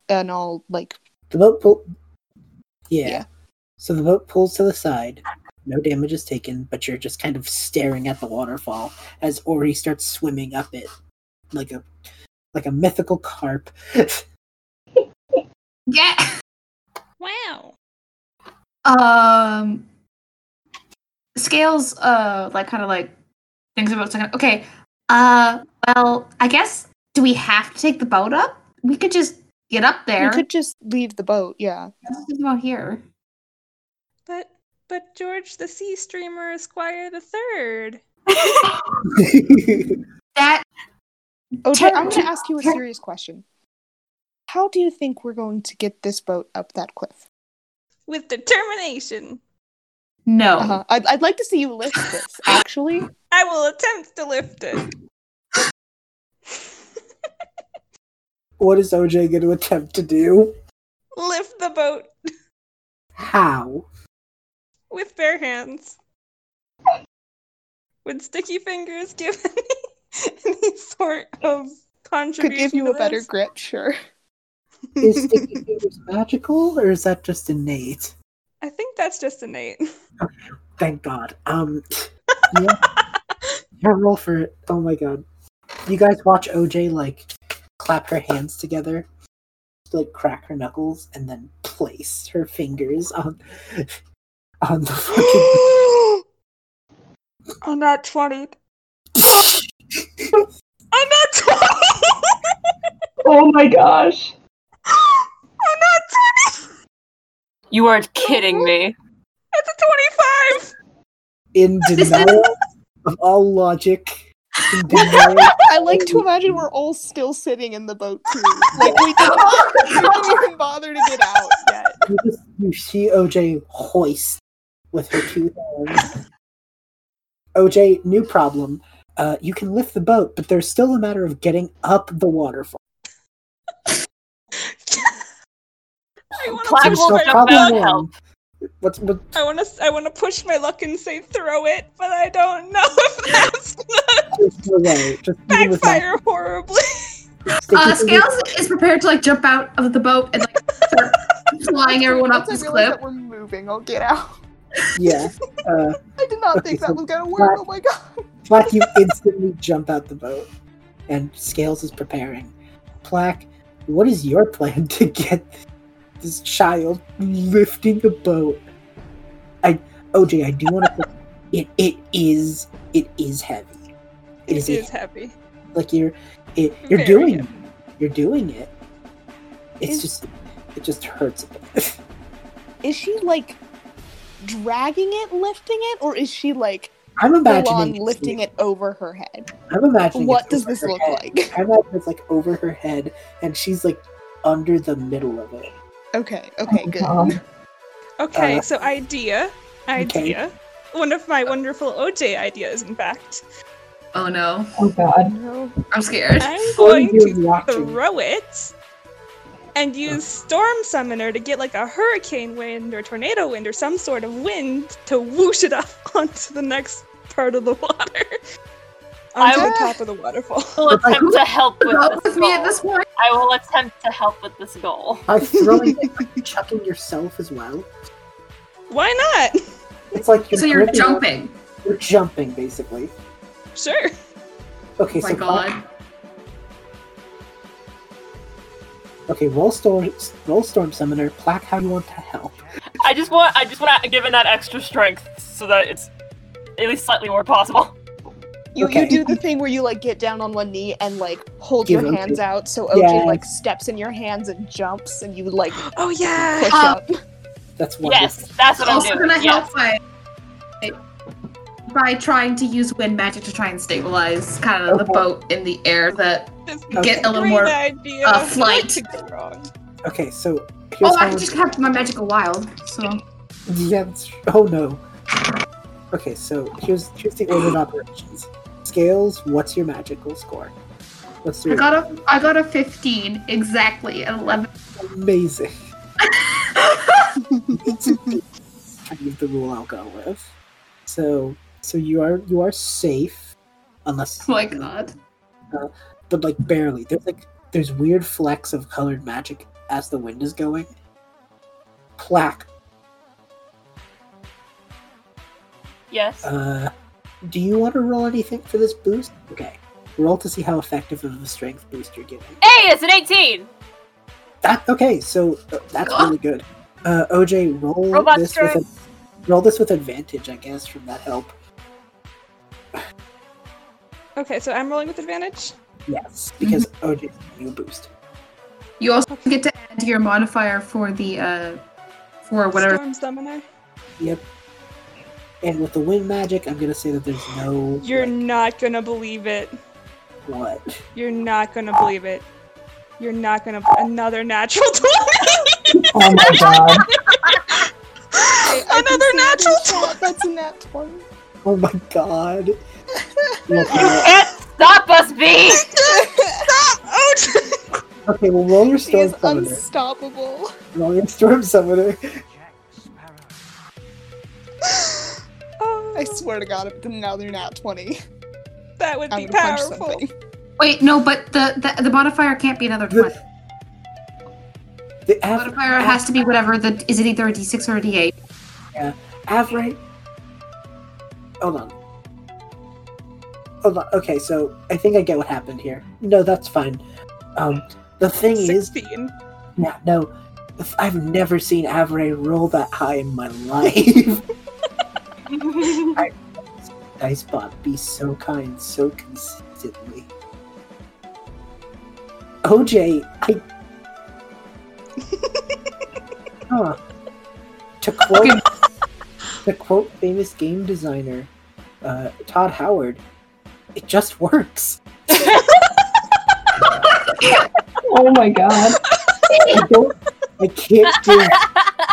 Speaker 2: And I'll like
Speaker 1: The boat pull. Yeah.
Speaker 2: Yeah.
Speaker 1: So the boat pulls to the side. No damage is taken, but you're just kind of staring at the waterfall as Ori starts swimming up it, like a like a mythical carp.
Speaker 5: yeah.
Speaker 6: Wow.
Speaker 5: Um, Scales, uh, like kind of like thinks about it a second. Okay. Uh, well, I guess do we have to take the boat up? We could just get up there.
Speaker 2: we could just leave the boat, yeah.
Speaker 5: Let's just go here.
Speaker 6: But but George the Sea Streamer Esquire the Third.
Speaker 5: That
Speaker 2: Oh,
Speaker 5: Ter-
Speaker 2: I'm
Speaker 5: ter-
Speaker 2: gonna ask you a
Speaker 5: ter-
Speaker 2: serious question. How do you think we're going to get this boat up that cliff?
Speaker 6: With determination.
Speaker 5: no.
Speaker 2: Uh-huh. I'd, I'd like to see you lift this, actually.
Speaker 6: I will attempt to lift it.
Speaker 1: What is OJ going to attempt to do?
Speaker 6: Lift the boat
Speaker 1: How?
Speaker 6: with bare hands. Would sticky fingers give any, any sort of
Speaker 2: Could
Speaker 6: contribution?
Speaker 2: give you a
Speaker 6: to
Speaker 2: better
Speaker 6: this?
Speaker 2: grip, sure.
Speaker 1: Is sticky fingers magical, or is that just innate?
Speaker 6: I think that's just innate.
Speaker 1: Thank God. Um, yeah. yeah, roll for it. Oh my God. You guys watch OJ like clap her hands together, like crack her knuckles, and then place her fingers on on the fucking.
Speaker 6: I'm not 20. I'm not 20!
Speaker 3: Oh my gosh.
Speaker 6: I'm not 20!
Speaker 4: You aren't kidding me.
Speaker 6: That's a 25!
Speaker 1: in denial of all logic. In denial.
Speaker 2: I like to imagine we're all still sitting in the boat too. Like we didn't, we didn't even bother to get out yet.
Speaker 1: You, just, you see OJ hoist with her two hands. OJ, new problem. Uh, you can lift the boat, but there's still a matter of getting up the waterfall.
Speaker 6: I wanna push
Speaker 4: Plaid
Speaker 1: There's
Speaker 4: will
Speaker 1: no
Speaker 6: my-
Speaker 4: jump out
Speaker 1: problem
Speaker 4: and
Speaker 1: one.
Speaker 4: help.
Speaker 1: What's what?
Speaker 6: I want to I want to push my luck and say throw it, but I don't know if that's gonna
Speaker 1: There's no way. Just even with my
Speaker 6: backfire horribly.
Speaker 1: sticky
Speaker 5: Uh,
Speaker 1: fingers-
Speaker 5: Scales is prepared to like jump out of the boat and like start flying everyone up
Speaker 2: Once I
Speaker 5: this
Speaker 2: realize
Speaker 5: cliff.
Speaker 2: that we're moving, I'll get out.
Speaker 1: Yeah. Uh,
Speaker 2: I did not
Speaker 1: Okay,
Speaker 2: think
Speaker 1: so
Speaker 2: that was gonna work. Oh my god.
Speaker 1: Plaque, you instantly jump out the boat, and Scales is preparing. Plaque, what is your plan to get this child lifting the boat? I, OJ, I do want to. put It it is it is heavy. It is,
Speaker 6: It
Speaker 1: a-
Speaker 6: is heavy.
Speaker 1: like you're it, you're
Speaker 6: Very
Speaker 1: doing
Speaker 6: heavy.
Speaker 1: it. you're doing it. It's
Speaker 2: Is-
Speaker 1: just it just hurts a bit.
Speaker 2: Is she like dragging it, lifting it, or is she like
Speaker 1: I'm
Speaker 2: full
Speaker 1: imagining
Speaker 2: on
Speaker 1: it's-
Speaker 2: lifting it over her head?
Speaker 1: I'm imagining.
Speaker 2: What
Speaker 1: it's
Speaker 2: does
Speaker 1: over
Speaker 2: this
Speaker 1: her
Speaker 2: look
Speaker 1: head.
Speaker 2: like?
Speaker 1: I imagine it's like over her head, and she's like under the middle of it.
Speaker 2: Okay, okay,
Speaker 1: Oh,
Speaker 2: good.
Speaker 3: Um,
Speaker 6: Okay,
Speaker 1: Uh,
Speaker 6: so idea, idea. One of my wonderful OJ ideas, in fact.
Speaker 5: Oh no,
Speaker 3: oh god.
Speaker 2: No.
Speaker 5: I'm scared.
Speaker 6: I'm
Speaker 1: All
Speaker 6: going
Speaker 1: you do is
Speaker 6: to
Speaker 1: watch it.
Speaker 6: throw it and use Storm Summoner to get like a hurricane wind or tornado wind or some sort of wind to whoosh it up onto the next part of the water.
Speaker 4: I
Speaker 6: Onto the
Speaker 2: would-
Speaker 6: top of the waterfall.
Speaker 4: Will attempt to help with
Speaker 5: Up
Speaker 4: this
Speaker 5: with me at
Speaker 4: goal.
Speaker 5: this point.
Speaker 4: I will attempt to help with this goal.
Speaker 1: By throwing it, are you chucking yourself as well.
Speaker 6: Why not?
Speaker 1: It's like you're
Speaker 5: So you're
Speaker 1: gripping-
Speaker 5: jumping.
Speaker 1: You're jumping, basically.
Speaker 6: Sure.
Speaker 1: Okay,
Speaker 5: Oh
Speaker 1: so
Speaker 5: my
Speaker 1: Plaque-
Speaker 5: god.
Speaker 1: okay, roll storm, roll storm summoner. Plaque, how you want to help?
Speaker 4: I just want I just want to give it that extra strength so that it's at least slightly more possible.
Speaker 2: You
Speaker 1: Okay.
Speaker 2: you do the thing where you like get down on one knee and like hold
Speaker 1: Give
Speaker 2: your
Speaker 1: OJ.
Speaker 2: hands out so OJ
Speaker 1: Yes.
Speaker 2: like steps in your hands and jumps and you like
Speaker 6: Oh yeah.
Speaker 2: push
Speaker 5: Uh,
Speaker 2: up.
Speaker 1: That's wonderful.
Speaker 4: Yes, that's what I'm
Speaker 5: also
Speaker 4: doing.
Speaker 5: gonna
Speaker 4: Yes.
Speaker 5: help by by trying to use wind magic to try and stabilize kind of
Speaker 1: Okay.
Speaker 5: the boat in the air. That
Speaker 6: This
Speaker 1: Okay.
Speaker 5: get a little
Speaker 6: great
Speaker 5: more,
Speaker 6: idea.
Speaker 5: uh,
Speaker 6: What
Speaker 5: flight.
Speaker 6: could go wrong?
Speaker 1: Okay, so here's
Speaker 5: oh, I
Speaker 1: how-
Speaker 5: could just have my magical wild. So
Speaker 1: Yeah, that's tr- oh no. Okay, so here's here's the order of operations. Scales, what's your magical score? Let's do
Speaker 5: I
Speaker 1: it.
Speaker 5: got a I got a 15 exactly at oh 11.
Speaker 1: Amazing. kind of the rule I'll go with. So so you are you are safe, unless
Speaker 5: oh my god.
Speaker 1: but like barely. There's like there's weird flecks of colored magic as the wind is going. Plaque.
Speaker 4: Yes.
Speaker 1: Uh, do you want to roll anything for this boost? Okay, roll to see how effective of a strength boost you're giving.
Speaker 4: Hey, it's an 18.
Speaker 1: That okay? So uh, that's really good. Uh, OJ, roll
Speaker 4: Robot
Speaker 1: this with
Speaker 4: strength.
Speaker 1: ad- roll this with advantage, I guess, from that help.
Speaker 6: Okay, so I'm rolling with advantage.
Speaker 1: Yes, because OJ's giving you a boost.
Speaker 5: You also get to add your modifier for the uh for whatever.
Speaker 6: Storm Summoner.
Speaker 1: Yep. And with the wind magic, I'm gonna say that there's no.
Speaker 6: You're
Speaker 1: like,
Speaker 6: not gonna believe it.
Speaker 1: what?
Speaker 6: You're not gonna believe it. You're not gonna another natural twenty.
Speaker 3: Oh my god.
Speaker 2: I- I can
Speaker 6: another
Speaker 2: see it in
Speaker 6: natural
Speaker 2: chat. That's a nat twenty.
Speaker 1: Oh my god. Look,
Speaker 4: You can't stop us, B.
Speaker 6: twenty. Stop! Oh,
Speaker 1: Okay, well, roll your
Speaker 2: She
Speaker 1: storm
Speaker 2: is
Speaker 1: summoner.
Speaker 2: unstoppable.
Speaker 1: roll your storm summoner.
Speaker 6: Oh,
Speaker 2: I swear to God, if another nat twenty,
Speaker 6: that would
Speaker 2: I'm
Speaker 6: be
Speaker 2: gonna punch
Speaker 6: powerful.
Speaker 2: something.
Speaker 5: Wait, no, but the, the the modifier can't be another
Speaker 1: The-
Speaker 5: twenty.
Speaker 1: The
Speaker 5: The
Speaker 1: av-
Speaker 5: modifier has to be whatever the is it either a D six or a D eight.
Speaker 1: Avrite. Hold on. Hold on. Okay, so I think I get what happened here. No, that's fine. Um, the thing is,
Speaker 6: Sixteen.
Speaker 1: yeah, no, if- I've never seen Avray roll that high in my life. Dicebot, be so kind, so consistently. OJ, I. huh. To quote, to quote famous game designer uh, Todd Howard, it just works.
Speaker 3: Oh my god.
Speaker 1: I, don't, I can't give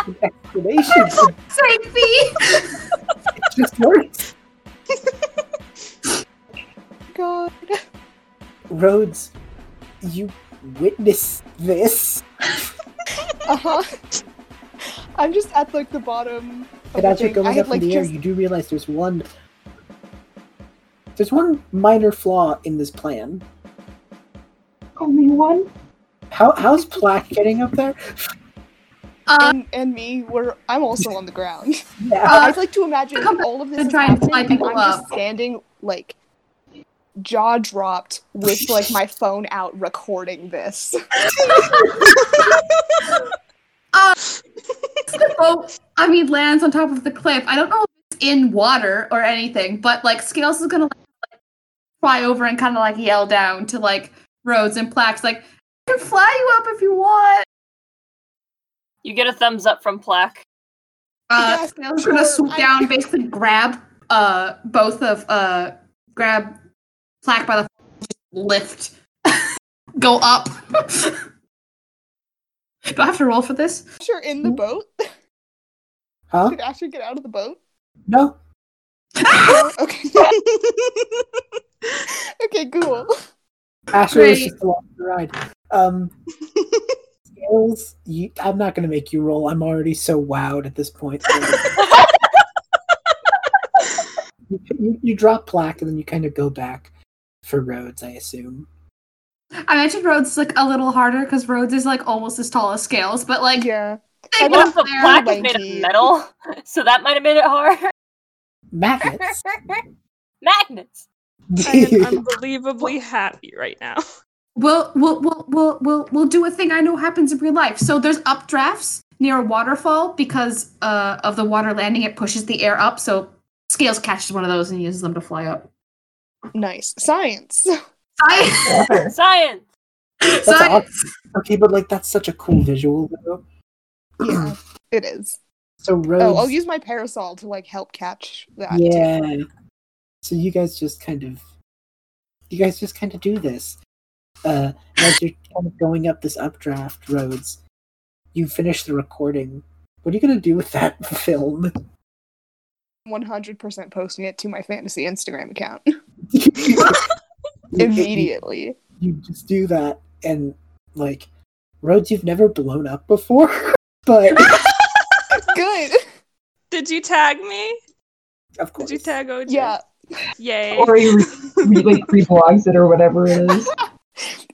Speaker 1: an explanation. It
Speaker 5: Save me!
Speaker 1: just works.
Speaker 2: God,
Speaker 1: Rhodes, you witness this.
Speaker 2: uh huh. I'm just at like the bottom.
Speaker 1: And
Speaker 2: Of the
Speaker 1: as you're
Speaker 2: thing. Oh I
Speaker 1: going
Speaker 2: had
Speaker 1: up in
Speaker 2: like
Speaker 1: the air,
Speaker 2: just
Speaker 1: you do realize there's one there's one minor flaw in this plan.
Speaker 3: Only one?
Speaker 1: How how's Plaque getting up there?
Speaker 5: Uh,
Speaker 2: and, and me were I'm also on the ground.
Speaker 1: Yeah.
Speaker 5: Uh,
Speaker 2: I'd like to imagine
Speaker 5: come
Speaker 2: all of this
Speaker 5: and
Speaker 2: is
Speaker 5: try and
Speaker 2: happening,
Speaker 5: fly
Speaker 2: and
Speaker 5: people
Speaker 2: I'm
Speaker 5: up.
Speaker 2: just standing like jaw dropped with like my phone out recording this.
Speaker 5: the boat, Oh, I mean, lands on top of the cliff. I don't know if it's in water or anything, but like Scales is gonna like, fly over and kind of like yell down to like Rhodes and Plaques, like, I can fly you up if you want.
Speaker 4: you get a thumbs up from Plaque.
Speaker 5: Uh,
Speaker 2: Yes,
Speaker 5: Scales is gonna
Speaker 2: sure,
Speaker 5: swoop
Speaker 2: I-
Speaker 5: down, basically grab uh both of uh grab Plaque by the just lift, go up. Do I have to roll for this?
Speaker 2: Asher in the boat?
Speaker 1: Huh?
Speaker 2: Did Asher get out of the boat?
Speaker 1: No.
Speaker 2: No? Okay. okay, cool.
Speaker 1: Asher is
Speaker 5: Great.
Speaker 1: just along the ride. Um Scales, you, I'm not gonna make you roll. I'm already so wowed at this point. you, you, you drop plaque and then you kind of go back for Rhodes, I assume.
Speaker 5: I mentioned Rhodes is like a little harder because Rhodes is like almost as tall as Scales, but like
Speaker 2: Yeah.
Speaker 5: they
Speaker 2: I
Speaker 5: get
Speaker 4: Well,
Speaker 5: up
Speaker 4: the
Speaker 5: there.
Speaker 4: plaque is made
Speaker 2: wanky.
Speaker 4: of metal, so that might have made it hard.
Speaker 1: Magnets.
Speaker 4: Magnets.
Speaker 6: I am unbelievably happy right now.
Speaker 5: We'll, we'll we'll we'll we'll we'll do a thing I know happens in real life. So there's updrafts near a waterfall because uh, of the water landing, it pushes the air up. So Scales catches one of those and uses them to fly up.
Speaker 2: Nice. Science.
Speaker 5: Science.
Speaker 4: Science.
Speaker 5: Science.
Speaker 1: Okay, but like that's such a cool visual though.
Speaker 2: Yeah, it is.
Speaker 1: So Rhodes
Speaker 2: Oh, I'll use my parasol to like help catch that.
Speaker 1: Yeah. So you guys just kind of you guys just kind of do this. Uh as you're kind of going up this updraft roads, you finish the recording. What are you gonna do with that film?
Speaker 2: 100% posting it to my fantasy Instagram account
Speaker 1: You-
Speaker 2: immediately.
Speaker 1: You just do that and like roads you've never blown up before. But
Speaker 2: Good.
Speaker 6: Did you tag me?
Speaker 1: of course
Speaker 6: Did you tag OJ?
Speaker 2: Yeah.
Speaker 6: Yay.
Speaker 3: Or he re- re- like reblogs it or whatever it is.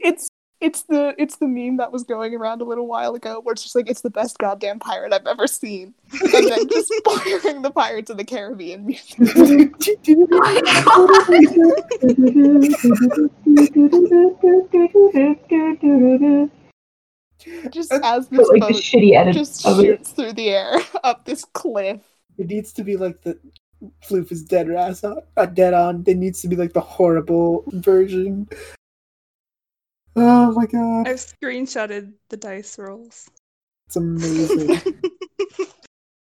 Speaker 2: It's it's the it's the meme that was going around a little while ago where it's just like it's the best goddamn pirate I've ever seen. And then just firing the Pirates of the Caribbean music. just as
Speaker 3: But
Speaker 2: this
Speaker 3: like the
Speaker 2: boat
Speaker 3: shitty edit
Speaker 2: just
Speaker 3: of it.
Speaker 2: shoots through the air up this cliff.
Speaker 1: It needs to be like the Floof is dead or ass on, uh, dead on. It needs to be like the horrible version. Oh my god,
Speaker 6: I've screenshotted the dice rolls.
Speaker 1: it's amazing.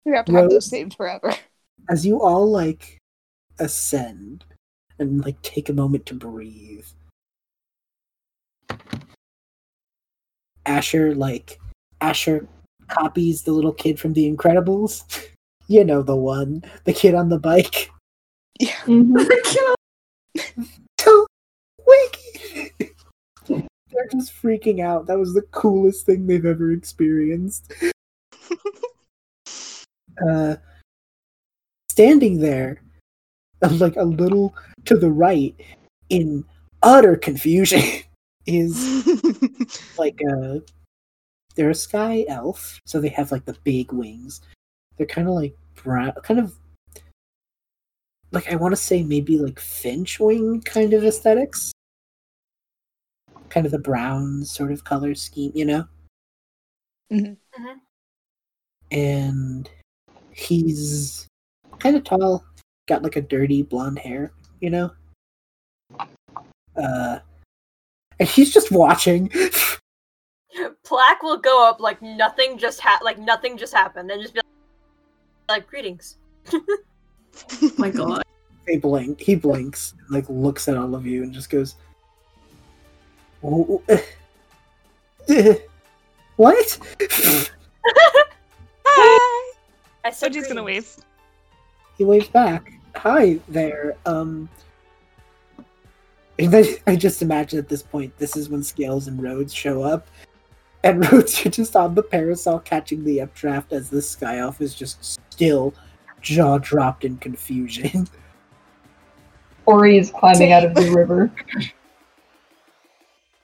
Speaker 2: We have to have
Speaker 1: Rose.
Speaker 2: those saved forever.
Speaker 1: As you all like ascend and like take a moment to breathe, Asher like Asher copies the little kid from The Incredibles. You know the one, the kid on the bike.
Speaker 3: Mhm.
Speaker 1: So, wiki. They're just freaking out. That was the coolest thing they've ever experienced. uh, standing there, like a little to the right, in utter confusion, is like a they're a sky elf, so they have like the big wings. They're kind of like brown, kind of like I want to say maybe like finch wing kind of aesthetics, kind of the brown sort of color scheme, you know.
Speaker 2: Mhm.
Speaker 4: Mhm.
Speaker 1: And he's kind of tall, got like a dirty blonde hair, you know. Uh, and he's just watching.
Speaker 4: Plaque will go up like nothing just ha- like nothing just happened, and just be like, like greetings.
Speaker 5: Oh my god.
Speaker 1: they blink. He blinks, like looks at all of you, and just goes, "Oh, eh, eh, "What?"
Speaker 6: Hi!
Speaker 4: I said
Speaker 6: Soji's gonna
Speaker 4: greetings.
Speaker 6: wave.
Speaker 1: he waves back. Hi there. Um. And I, I just imagine at this point, this is when Scales and Rhodes show up, and Rhodes, you're just on the parasol catching the updraft as this sky elf is just still jaw dropped in confusion.
Speaker 3: Ori is climbing out of the river.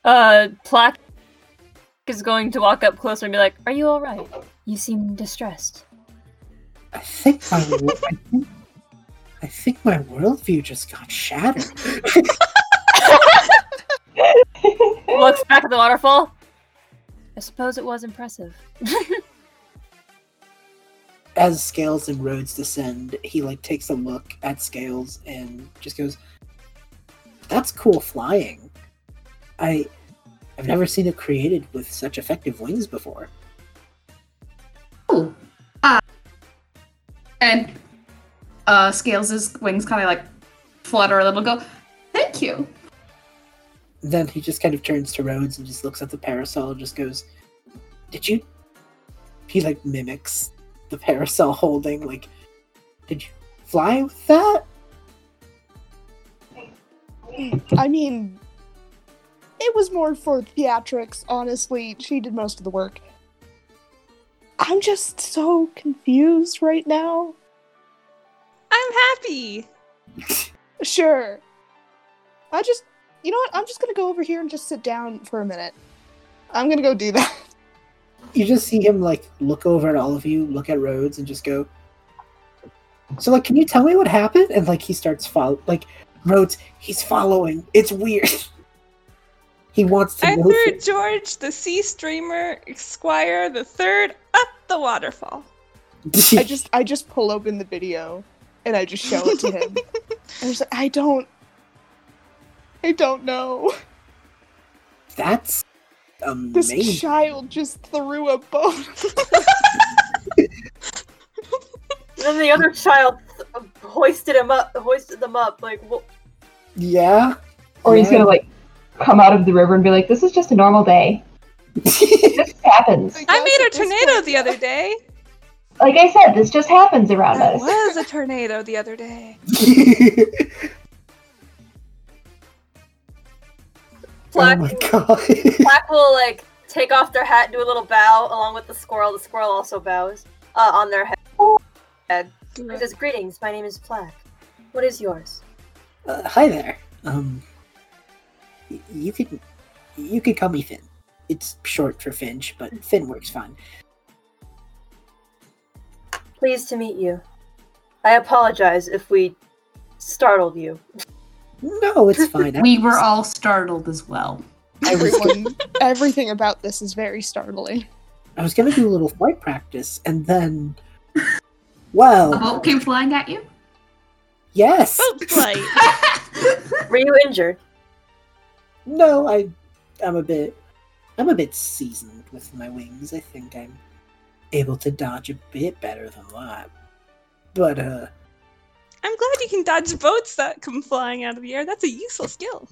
Speaker 4: Uh, Plaque is going to walk up closer and be like, "Are you all right? You seem distressed."
Speaker 1: I think my wo- I think, I think my worldview just got shattered.
Speaker 4: Looks back at the waterfall. I suppose it was impressive.
Speaker 1: As Scales and Rhodes descend, he like takes a look at Scales and just goes, "That's cool flying. I I've never seen it created with such effective wings before."
Speaker 5: Oh. Ah. And uh, Scales' wings kind of like flutter a little, go, thank you.
Speaker 1: Then he just kind of turns to Rhodes and just looks at the parasol and just goes, "Did you?" He like mimics the parasol holding, like, "Did you fly with that?"
Speaker 2: I mean, it was more for theatrics, honestly. She did most of the work. I'm just so confused right now.
Speaker 6: I'm happy.
Speaker 2: Sure. I just, you know what? I'm just gonna go over here and just sit down for a minute. I'm gonna go do that.
Speaker 1: you just see him like look over at all of you, look at Rhodes, and just go. So like, can you tell me what happened? And like, he starts follow like Rhodes. He's following. It's weird. he wants to know.
Speaker 6: Arthur
Speaker 1: things.
Speaker 6: George, the sea streamer, Esquire the Third, up the waterfall.
Speaker 2: I just, I just pull open the video and I just show it to him. I was like, I don't, I don't know.
Speaker 1: that's
Speaker 2: This
Speaker 1: amazing.
Speaker 2: child just threw a bone.
Speaker 4: then the other child uh, hoisted him up, hoisted them up. Like, wha-
Speaker 1: yeah.
Speaker 3: Or he's
Speaker 1: Yeah.
Speaker 3: gonna like come out of the river and be like, "This is just a normal day.
Speaker 1: Oh
Speaker 3: It just happens."
Speaker 6: I made a tornado the other day.
Speaker 3: Like I said, this just happens around
Speaker 6: There
Speaker 3: us.
Speaker 6: was a tornado the other day.
Speaker 1: oh
Speaker 4: Plaque,
Speaker 1: my god.
Speaker 4: Plaque will like take off their hat, do a little bow along with the squirrel. The squirrel also bows uh, on their head. He says, "Greetings. My name is Plaque. What is yours?"
Speaker 1: Uh, hi there. Um, y- you can you can call me Finn. It's short for Finch, but Finn works fine.
Speaker 4: Pleased to meet you. I apologize if we startled you.
Speaker 1: No, it's fine. I-
Speaker 5: We were all startled as well.
Speaker 1: I was
Speaker 2: Everyone, everything about this is very startling.
Speaker 1: I was gonna do a little flight practice, and then, well,
Speaker 5: A
Speaker 4: Uh-huh.
Speaker 5: boat came flying at you?
Speaker 1: yes,
Speaker 4: Oh.
Speaker 6: Boat flight.
Speaker 4: Were you injured?
Speaker 1: no, I, I'm a bit, I'm a bit seasoned with my wings. I think I'm able to dodge a bit better than that. But uh,
Speaker 6: I'm glad you can dodge boats that come flying out of the air. That's a useful skill.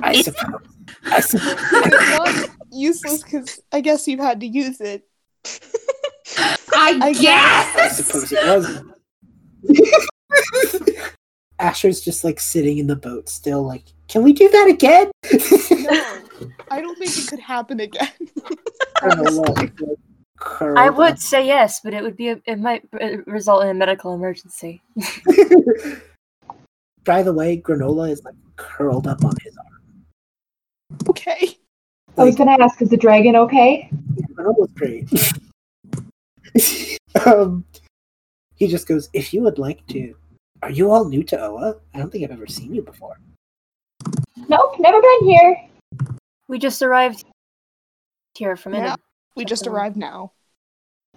Speaker 1: I suppose, I suppose
Speaker 2: It's not useless because I guess you've had to use it.
Speaker 5: I,
Speaker 2: I
Speaker 1: I
Speaker 5: guess.
Speaker 1: suppose it wasn't. Asher's just like sitting in the boat still, like, can we do that again?
Speaker 2: I don't think it could happen again.
Speaker 1: I don't know what. like, curled
Speaker 4: I would say yes, but it would be a, it might uh, result in a medical emergency.
Speaker 1: up. By the way, granola is like curled up on his arm.
Speaker 2: okay.
Speaker 3: I was gonna ask, is the dragon okay?
Speaker 1: Granola's great. um, he just goes, "If you would like to, are you all new to Oa? I don't think I've ever seen you before."
Speaker 3: Nope, never been here.
Speaker 4: We just arrived here from
Speaker 2: Yeah.
Speaker 4: Italy.
Speaker 2: We just arrived now.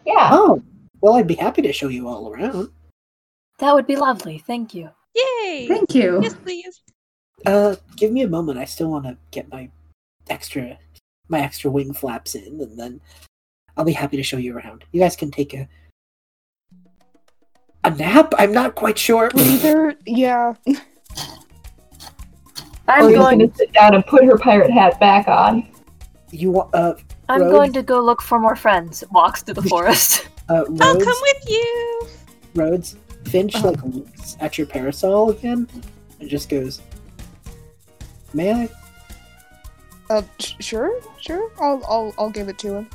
Speaker 3: Yeah.
Speaker 1: Oh, well, I'd be happy to show you all around.
Speaker 4: That would be lovely. Thank you.
Speaker 6: Yay!
Speaker 5: Thank you.
Speaker 6: Yes, please.
Speaker 1: Uh, give me a moment. I still want to get my extra, my extra wing flaps in, and then I'll be happy to show you around. You guys can take a a nap. I'm not quite sure.
Speaker 2: Either, yeah.
Speaker 4: I'm
Speaker 3: We're
Speaker 4: going.
Speaker 3: gonna sit down and put her pirate hat back on.
Speaker 1: You want uh,
Speaker 4: I'm
Speaker 1: Rhodes-
Speaker 4: going to go look for more friends. Walks through the forest.
Speaker 1: uh,
Speaker 6: I'll
Speaker 1: Rhodes,
Speaker 6: come with you.
Speaker 1: Rhodes, Finch like looks at your parasol again and just goes, "May I?"
Speaker 2: Uh, sh- sure, sure. I'll, I'll, I'll give it to him.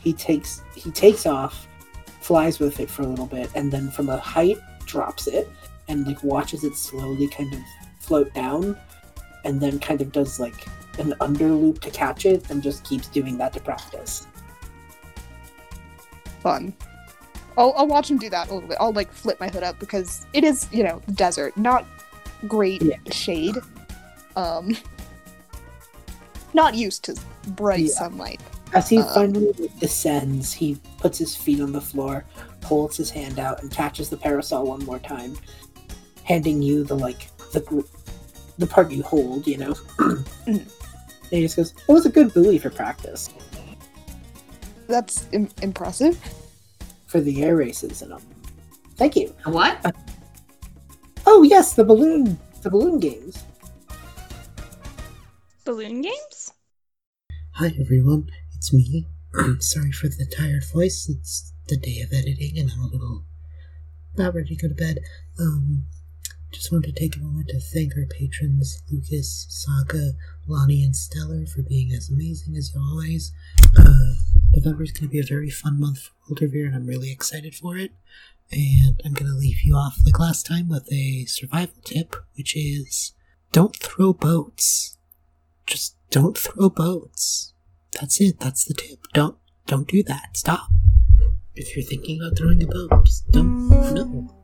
Speaker 1: He takes he takes off, flies with it for a little bit, and then from a height drops it and like watches it slowly kind of float down, and then kind of does like an underloop to catch it, and just keeps doing that to practice.
Speaker 2: Fun. I'll, I'll watch him do that a little bit. I'll like flip my hood up because it is, you know, the desert, not great
Speaker 1: Yeah.
Speaker 2: shade. Um, not used to bright
Speaker 1: Yeah.
Speaker 2: sunlight.
Speaker 1: As he
Speaker 2: Um.
Speaker 1: finally descends, he puts his feet on the floor, holds his hand out, and catches the parasol one more time, handing you the like the gr- the part you hold, you know. and he just goes, "It was a good buoy for practice
Speaker 2: That's Im- impressive.
Speaker 1: for the air races and all." Thank you.
Speaker 5: What?
Speaker 1: Oh yes, the balloon, the balloon games.
Speaker 6: Balloon games?
Speaker 1: Hi everyone, it's me. Sorry for the tired voice. It's the day of editing, and I'm a little about ready to go to bed. Um, just wanted to take a moment to thank our patrons Lucas, Saga, Lonnie, and Stellar for being as amazing as you always. Uh, November is going to be a very fun month for Wilderveer, and I'm really excited for it. And I'm going to leave you off like last time with a survival tip, which is don't throw boats just don't throw boats. That's it. That's the tip. Don't don't do that. Stop. If you're thinking about throwing a boat, just don't. No.